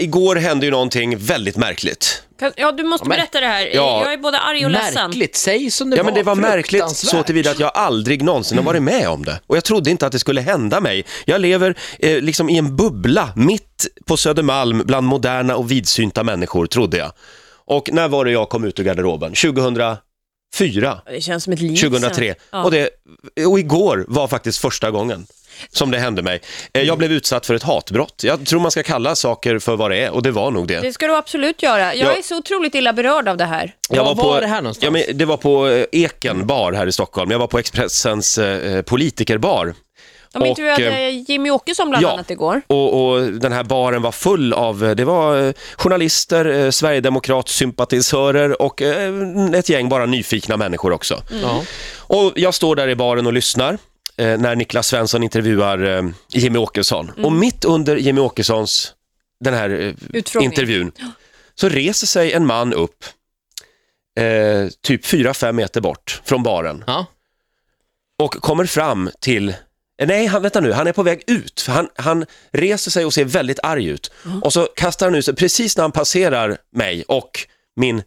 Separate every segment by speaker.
Speaker 1: Igår hände ju någonting väldigt märkligt.
Speaker 2: Kan- Ja, du måste
Speaker 1: men-
Speaker 2: berätta det här.
Speaker 1: Ja.
Speaker 2: Jag är både arg och ledsen.
Speaker 3: Märkligt, säg som det
Speaker 1: Ja
Speaker 3: var.
Speaker 1: men det var märkligt så
Speaker 3: Fruktansvärt.
Speaker 1: tillvida att jag aldrig någonsin har varit med om det. Och jag trodde inte att det skulle hända mig. Jag lever eh, liksom i en bubbla mitt på Södermalm bland moderna och vidsynta människor, trodde jag. Och när var det jag kom ut ur garderoben? 2004,
Speaker 2: Det känns som ett liv
Speaker 1: 2003.
Speaker 2: sedan. Ja.
Speaker 1: Och, det, och igår var faktiskt första gången som det hände mig. Eh, jag blev utsatt för ett hatbrott. Jag tror man ska kalla saker för vad det är och det var nog det.
Speaker 2: Det ska du absolut göra. Jag
Speaker 1: Ja.
Speaker 2: är så otroligt illa berörd av det här.
Speaker 1: Jag
Speaker 3: Var
Speaker 1: på,
Speaker 3: var det här någonstans?
Speaker 1: Ja, men det var på eh, Eken bar här i Stockholm. Jag var på Expressens eh, politikerbar.
Speaker 2: De
Speaker 1: Och, eh,
Speaker 2: intervjuade Jimmy Åkesson bland
Speaker 1: ja.
Speaker 2: annat igår.
Speaker 1: Och, och den här baren var full av, eh, det var eh, journalister, eh, Sverigedemokratsympatisörer och eh, ett gäng bara nyfikna människor också.
Speaker 3: Mm. Ja.
Speaker 1: Och jag står där i baren och lyssnar eh, när Niklas Svensson intervjuar eh, Jimmy Åkesson.
Speaker 3: Mm.
Speaker 1: Och mitt under Jimmy Åkessons den här eh,
Speaker 2: Utfrågningen.
Speaker 1: intervjun så reser sig en man upp, eh, typ 4-5 meter bort från baren
Speaker 3: Ja.
Speaker 1: och kommer fram till eh, Nej, han, vänta nu, han är på väg ut. För Han, han reser sig och ser väldigt arg ut.
Speaker 2: Mm.
Speaker 1: Och så kastar han ut sig, precis när han passerar mig och min,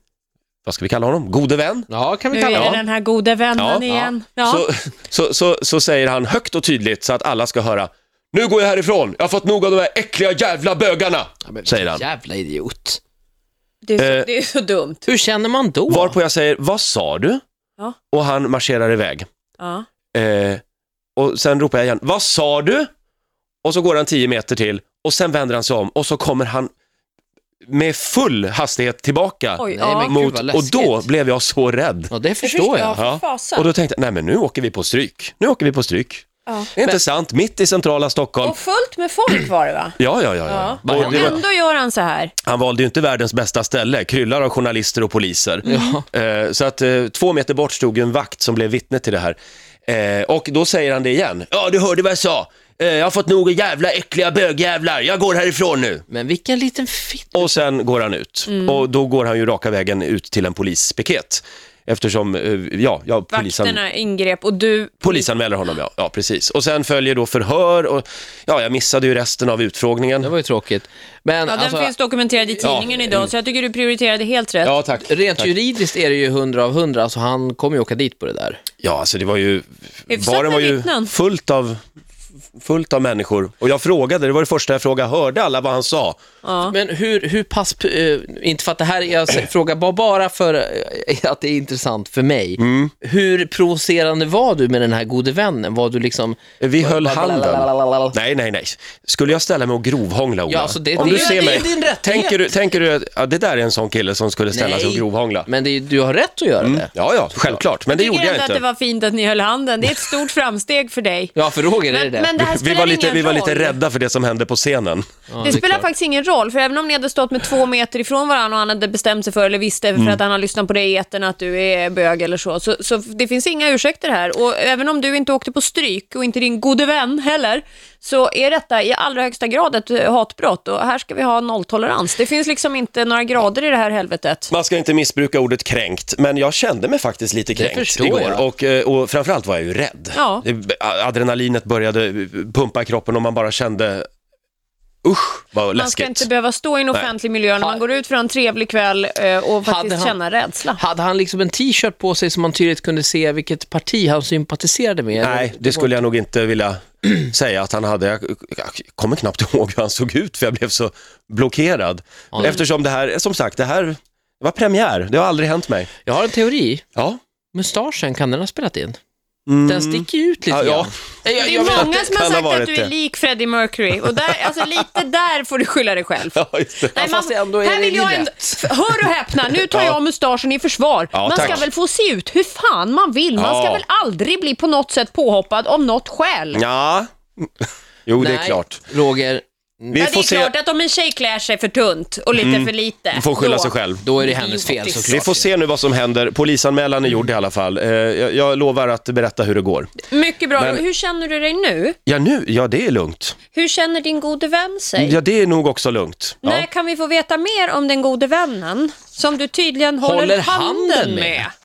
Speaker 1: vad ska vi kalla honom, gode vän?
Speaker 3: ja, kan vi
Speaker 2: Nu är
Speaker 3: kalla
Speaker 2: det
Speaker 3: honom.
Speaker 2: den här gode vännen
Speaker 1: Ja.
Speaker 2: igen. Ja.
Speaker 1: så, så, så, så säger han högt och tydligt så att alla ska höra Nu går jag härifrån, jag har fått nog av de här äckliga jävla bögarna, säger han.
Speaker 3: Jävla idiot.
Speaker 2: Det, är
Speaker 1: Eh.
Speaker 2: så, det är så dumt.
Speaker 3: Hur känner man då?
Speaker 1: Varpå jag säger, vad sa du?
Speaker 2: Ja.
Speaker 1: Och han marscherar iväg.
Speaker 2: Ja.
Speaker 1: Eh, och sen ropar jag igen, vad sa du? Och så går han 10 meter till och sen vänder han sig om och så kommer han med full hastighet tillbaka
Speaker 2: Oj,
Speaker 3: Nej,
Speaker 2: ja.
Speaker 3: men- Gud,
Speaker 1: mot,
Speaker 3: vad
Speaker 1: och
Speaker 3: läskigt.
Speaker 1: då blev jag så rädd.
Speaker 3: Ja, det förstår jag.
Speaker 2: Ja,
Speaker 1: Ja.
Speaker 2: för fasen.
Speaker 1: Och då tänkte jag, nej men nu åker vi på stryk. Nu åker vi på stryk.
Speaker 2: Ja.
Speaker 1: Det är inte sant, mitt i centrala Stockholm.
Speaker 2: Och fullt med folk var det va?
Speaker 1: Ja, ja, ja. ja.
Speaker 2: Ja.
Speaker 1: Och
Speaker 3: Vad
Speaker 1: det
Speaker 3: hände?
Speaker 1: var,
Speaker 2: Ändå gör han så här.
Speaker 1: han valde ju inte världens bästa ställe, kryllar av journalister och poliser.
Speaker 3: Ja.
Speaker 1: Eh, så att eh, två meter bort stod ju en vakt som blev vittne till det här. Eh, och då säger han det igen. Ja, du hörde vad jag sa. Eh, jag har fått nog av jävla äckliga bögjävlar. Jag går härifrån nu.
Speaker 3: Men vilken liten fitt.
Speaker 1: Och sen går han ut.
Speaker 3: Mm.
Speaker 1: Och då går han ju raka vägen ut till en polispiket. Eftersom, eh, ja, ja polisen...
Speaker 2: Vakterna ingrep och du...
Speaker 1: Polisanmäler honom, ja. ja. precis. Och sen följer då förhör och ja, jag missade ju resten av utfrågningen.
Speaker 3: Det var ju tråkigt. Men
Speaker 2: Ja,
Speaker 3: alltså,
Speaker 2: den finns dokumenterad i tidningen idag, så jag tycker du prioriterade helt rätt.
Speaker 1: Ja, tack.
Speaker 3: rent juridiskt är det ju hundra av hundra, alltså han kommer ju åka dit på det där.
Speaker 1: Ja, alltså det var ju...
Speaker 2: Hyfsat
Speaker 1: Baren
Speaker 2: med
Speaker 1: var ju
Speaker 2: vittnen.
Speaker 1: fullt av, fullt av människor. Och jag frågade, det var det första jag frågade, hörde alla vad han sa?
Speaker 3: Men hur, hur pass, eh, inte för att det här, jag s- frågar ba- bara för eh, att det är intressant för mig.
Speaker 1: Mm.
Speaker 3: Hur provocerande var du med den här gode vännen? Var du liksom...
Speaker 1: Vi höll handen.
Speaker 3: Lalalala.
Speaker 1: Nej, nej, nej. Skulle jag ställa mig och grovhångla, Ola?
Speaker 3: Ja, alltså det-
Speaker 1: Om
Speaker 3: det-
Speaker 1: du
Speaker 3: det-
Speaker 1: ser
Speaker 3: det är
Speaker 1: mig,
Speaker 3: din rättighet.
Speaker 1: tänker du, tänker du att ja, det där är en sån kille som skulle ställa sig och
Speaker 3: Nej.
Speaker 1: grovhångla? Mm.
Speaker 3: Men det, är- du har rätt att göra det.
Speaker 1: Ja, ja, självklart. Men det
Speaker 2: tycker
Speaker 1: gjorde jag
Speaker 2: ändå att det
Speaker 1: inte.
Speaker 2: var fint att ni höll handen. Det är ett stort framsteg för dig.
Speaker 3: Ja, för Roger är det det.
Speaker 2: Men det här
Speaker 1: Vi
Speaker 2: spelar
Speaker 1: var, lite,
Speaker 2: ingen
Speaker 1: vi var
Speaker 2: roll.
Speaker 1: lite rädda för det som hände på scenen.
Speaker 2: det
Speaker 3: det är
Speaker 2: spelar
Speaker 3: klart.
Speaker 2: faktiskt ingen roll, för även om ni hade stått med två meter ifrån varandra och han hade bestämt sig för, eller visste
Speaker 1: Mm.
Speaker 2: för att han har lyssnat på dig i etern att du är bög eller så, så, så det finns inga ursäkter här. Och även om du inte åkte på stryk och inte din gode vän heller, så är detta i allra högsta grad ett eh, hatbrott och här ska vi ha nolltolerans. Det finns liksom inte några grader i det här helvetet.
Speaker 1: Man ska inte missbruka ordet kränkt, men jag kände mig faktiskt lite kränkt
Speaker 3: förstår
Speaker 1: igår.
Speaker 3: jag.
Speaker 1: Och, eh, och framförallt var jag ju rädd.
Speaker 2: Ja.
Speaker 1: Det- Adrenalinet började pumpa i kroppen och man bara kände, usch vad
Speaker 2: Man ska
Speaker 1: läskigt.
Speaker 2: inte behöva stå i en offentlig miljö när man går ut för en trevlig kväll eh, och faktiskt
Speaker 3: han-
Speaker 2: känna rädsla.
Speaker 3: Hade han liksom en t-shirt på sig som man tydligt kunde se vilket parti han sympatiserade med?
Speaker 1: Nej, det skulle jag nog inte vilja säga att han hade. Jag, jag kommer knappt ihåg hur han såg ut för jag blev så blockerad. Eftersom det här, som sagt, det här det var premiär. Det har aldrig hänt mig.
Speaker 3: Jag har en teori.
Speaker 1: Ja.
Speaker 3: Mustaschen, kan den ha spelat in? Den sticker ju ut lite
Speaker 1: Mm. Ja, ja.
Speaker 3: grann. Nej, jag-
Speaker 2: Det
Speaker 3: jag
Speaker 2: är
Speaker 3: vet
Speaker 2: många
Speaker 3: inte.
Speaker 2: som har
Speaker 1: kan ha
Speaker 2: sagt
Speaker 1: varit
Speaker 2: att du är
Speaker 1: det.
Speaker 2: lik Freddie Mercury och där, alltså lite där får du skylla dig själv.
Speaker 1: Ja, just det.
Speaker 2: Nej,
Speaker 3: fast ändå är det
Speaker 2: jag
Speaker 3: ju
Speaker 2: f- hör och häppna, nu tar jag mustaschen i försvar.
Speaker 1: Ja,
Speaker 2: man
Speaker 1: tack.
Speaker 2: ska väl få se ut hur fan man vill, man
Speaker 1: Ja.
Speaker 2: ska väl aldrig bli på något sätt påhoppad om något skäl.
Speaker 1: ja. Jo, det är
Speaker 3: Nej,
Speaker 1: klart.
Speaker 3: Roger,
Speaker 1: Vi
Speaker 2: Ja, det
Speaker 1: får
Speaker 2: är
Speaker 1: se. Mm.
Speaker 2: klart att om en tjej klär sig för tunt och lite för lite.
Speaker 1: Får skylla
Speaker 2: då-
Speaker 1: sig själv.
Speaker 3: då är det hennes fel
Speaker 2: Idiotiskt.
Speaker 3: såklart.
Speaker 1: Vi får se nu vad som händer. Polisanmälan är gjord i alla fall. Eh, jag, jag lovar att berätta hur det går.
Speaker 2: Mycket bra.
Speaker 1: Men-
Speaker 2: Hur känner du dig nu?
Speaker 1: Ja, nu, ja det är lugnt.
Speaker 2: Hur känner din gode vän sig?
Speaker 1: Ja, det är nog också lugnt. Ja.
Speaker 2: När kan vi få veta mer om den gode vännen som du tydligen håller,
Speaker 3: Håller
Speaker 2: handen
Speaker 3: handen
Speaker 2: med?
Speaker 3: med?